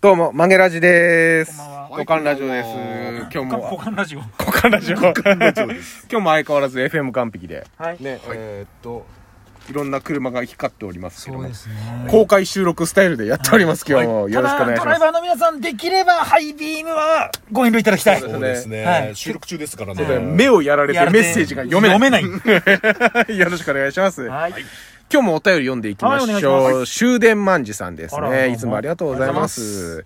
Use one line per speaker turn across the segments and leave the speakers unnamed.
どうも、マゲラジです
こんばんは。
股間ラジオです
こんばんは。
今日
股間
も、
股間ラジオ。は
股間ラジオ。 今日
ラジオです
も相変わらず FM 完璧で、
い。
ね、えー、っと
いろんな車が光っておりますけども、
ね
公開収録スタイルでやっておりますけども、よろしくお願いした
だドラ
ま
イバーの皆さん、できればハイビームはご遠慮いただきたい。
そう
そう
で
ですす
ね
ね、
はい
収録中ですから
そうだ
す。
よ
ね
目をやられて
やら
メ
れ
ッ
て
セージが読めない。
読
い。よろしくお願いします。
はい。はい
今日もお便り読んでいきまし
はいお願いし
ょう。終電万事さんです
あらどう
ね。
も
いつもありがとうございます。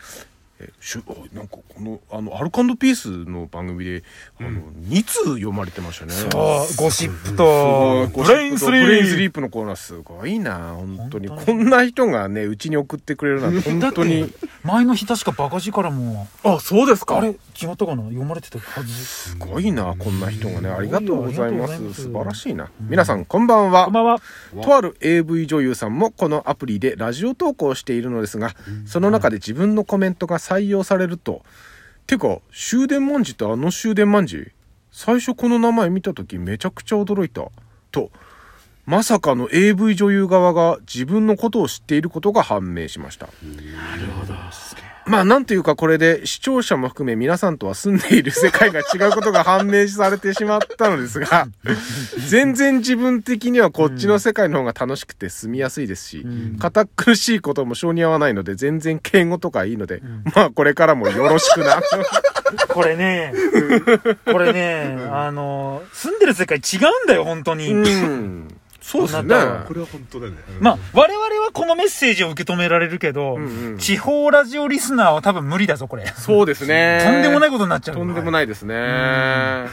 えしゅおなんかこのあのアルカンドピースの番組で、あの2通読まれてましたね。
おゴシップと、
ブ
ブ
レイ
レイ
ン
ン
ス
ス
リ
リ
ー
ー
プ。
プ。
のコーナーすごいな、本当に。
本
こんな人がね、うちに送ってくれるなんて、本当に。
前の日確かバカ力も、
あ、そうです
あれ違ったかな読まれてたはず。
すごいな、こんな人がね。ありがとうございま。
ありがとうございますす
素晴らしいな。皆さん、こんばんは
こん。ばんは。
とある AV 女優さんもこのアプリでラジオ投稿しているのですが、その中で自分のコメントが採用されると、てか、終電まんじってあの終電まんじ最初この名前見た時めちゃくちゃ驚いた。と、まさかの AV 女優側が自分のことを知っていることが判明しました。まあなんというかこれで視聴者も含め皆さんとは住んでいる世界が違うことが判明されてしまったのです が、全然自分的にはこっちの世界の方が楽しくて住みやすいですし、堅苦しいことも性に合わないので全然敬語とかいいので、まあこれからもよろしくな。
これね、これね、あの、住んでる世界違 うんだよ、本当に。
うん。そうですね。
あな
これは本当だね、
まあ、我々はこのメッセージを受け止められるけど、
んうん
地方ラジオリスナーは多分無理だぞ、これ。
そうですね。
とんでもない
い。
ことになっちゃう。
とんでもないですね。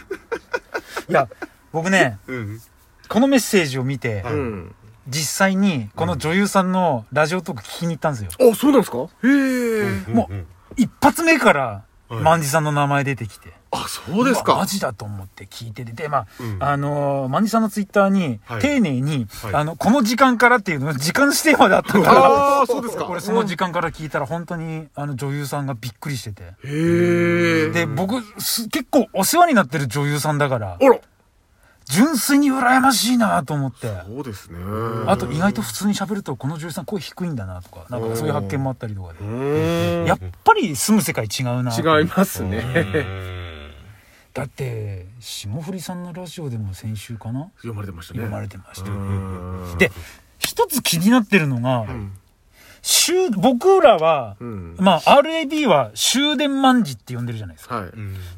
いや、僕ね、
うん、
このメッセージを見て、
う。
うん
実際にこの女優さんのラジオトーク聞きに行ったんですよ。
あ、そうなんですかへえ。
もう、一発目から、
はい
万事さんの名前出てきて。
あ、そう
う
です
わマ
か。
ジだと思って聞いてて、で、まあ、
うん
あのー、万事さんのツイッターに、
はい
丁寧に、
はい
あの、この時間からっていうの、時間指定まであったから、
ああ、そうですか。
俺その時間から聞いたら本当に、あの、女優さんがびっくりしてて。
へえ。
で、僕、す結構お世話になってる女優さんだから
あ、ら
純粋に羨ましいなと思って。
そうですね。
あと意外と普通に喋るとこの女優さん声低いんだなとか、なんかそういう発見もあったりとかで。
うん
やっぱり住む世界違うな。
違います
う
ね。
ん
だって、霜降りさんのラジオでも先週かな
読まれてました
読まれてました
う。ん
で、一つ気になってるのが、終僕らは、
うん
まあ RAB は終電万事って呼んでるじゃないですか。
はい。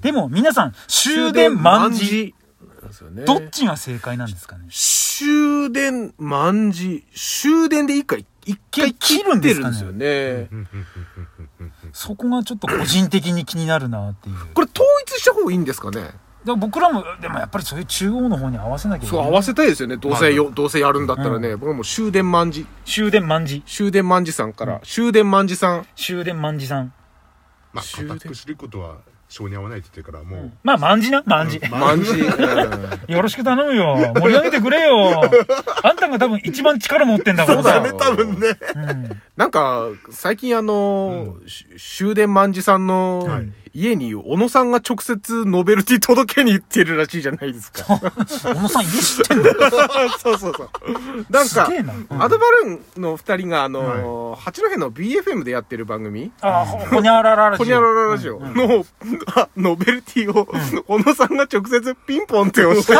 でも皆さん、終電万事、
なんですよね。
どっちが正解なんですかね
終電万事。終電で一回、一回切
切るん
って
です
るんで
かね
すよね。
そこがちょっと個人的に気になるなっていう。
これ統一した方がいいんですかね
でも僕らも、でもやっぱりそういう中央の方に合わせなきゃいけ
そう、
な
合
い。
わせたいですよね。どうせよ、どうせやるんだったらね。僕はもう終電万事。
終電万事。
終電万事さんから、終電万事さん。
終電万事さん。
まあ
終電
固く知ることは性に合わないって言ってるからもう、
まあ、万事な、万事。
万事。
よろしく頼むよ。盛り上げてくれよ。あんたが多分一番力持ってんだから
そうだ
さ。
よ
多分ね
うん
なんか、最近あのー、し終電万事さんの
はい
家に小野さんが直接ノベルティ届けに行ってるらしいじゃないですか。
小野さん家知ってんだよ。
そうそうそう。なん
す
か
げえ、な。うん
アドバルーンの二人が、あのー八戸の BFM でやってる番組、
あ、ほにゃららら
ホニャラララジオの、あノベルティを、小野さんが直接ピンポンって押 して、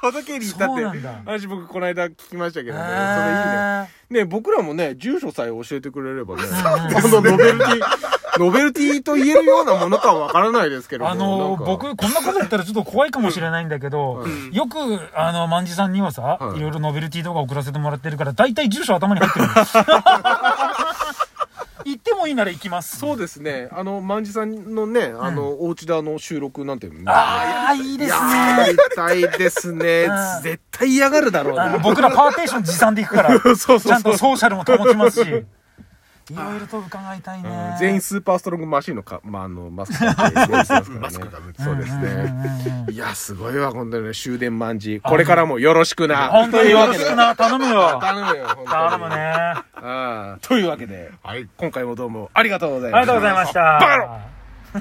届けに行ったっ
そうな
て
んだ、
私僕この間聞きましたけどね、それいいね。
へー
ね、僕らもね、住所さえ教えてくれればね、このノベルティ、ノベルティと言えるようなものかはわからないですけども
あの
なんか
僕こんなこと言ったらちょっと怖いかもしれないんだけど、よくあの万事さんにはさ、
はい
い、ろいろノベルティ動画送らせてもらってるから大体住所頭に 入ってるの行ってもいいなら行きます
そうですね、あの、万事さんのね、あの、お家であの収録なんて、
ああいいです
や
ね
りたいです ね
う。ん
絶対嫌がるだろう
あの
な。
僕らパーテーション持参で行くから
そう そうそう
ちゃんとソーシャルも保ちま すしいろいろと伺いたいね、
全員スーパーストロングマシーンのか、まあ、あの、マスクかぶってやってますからね
マスクかぶって
そうですね。
ね
いや、すごいわ、本当にね、終電万事。これからもよろしくな。
本当によろし
という
く
わ
な頼むよ
けで頼むよ、本当に
頼むね。あ
ああというわけで、
はい
今回もどうもありがとうございまし
りが
た
とうございました
バロ